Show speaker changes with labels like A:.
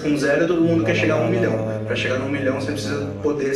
A: Com zero todo mundo quer chegar a um milhão. Para chegar no um milhão você precisa poder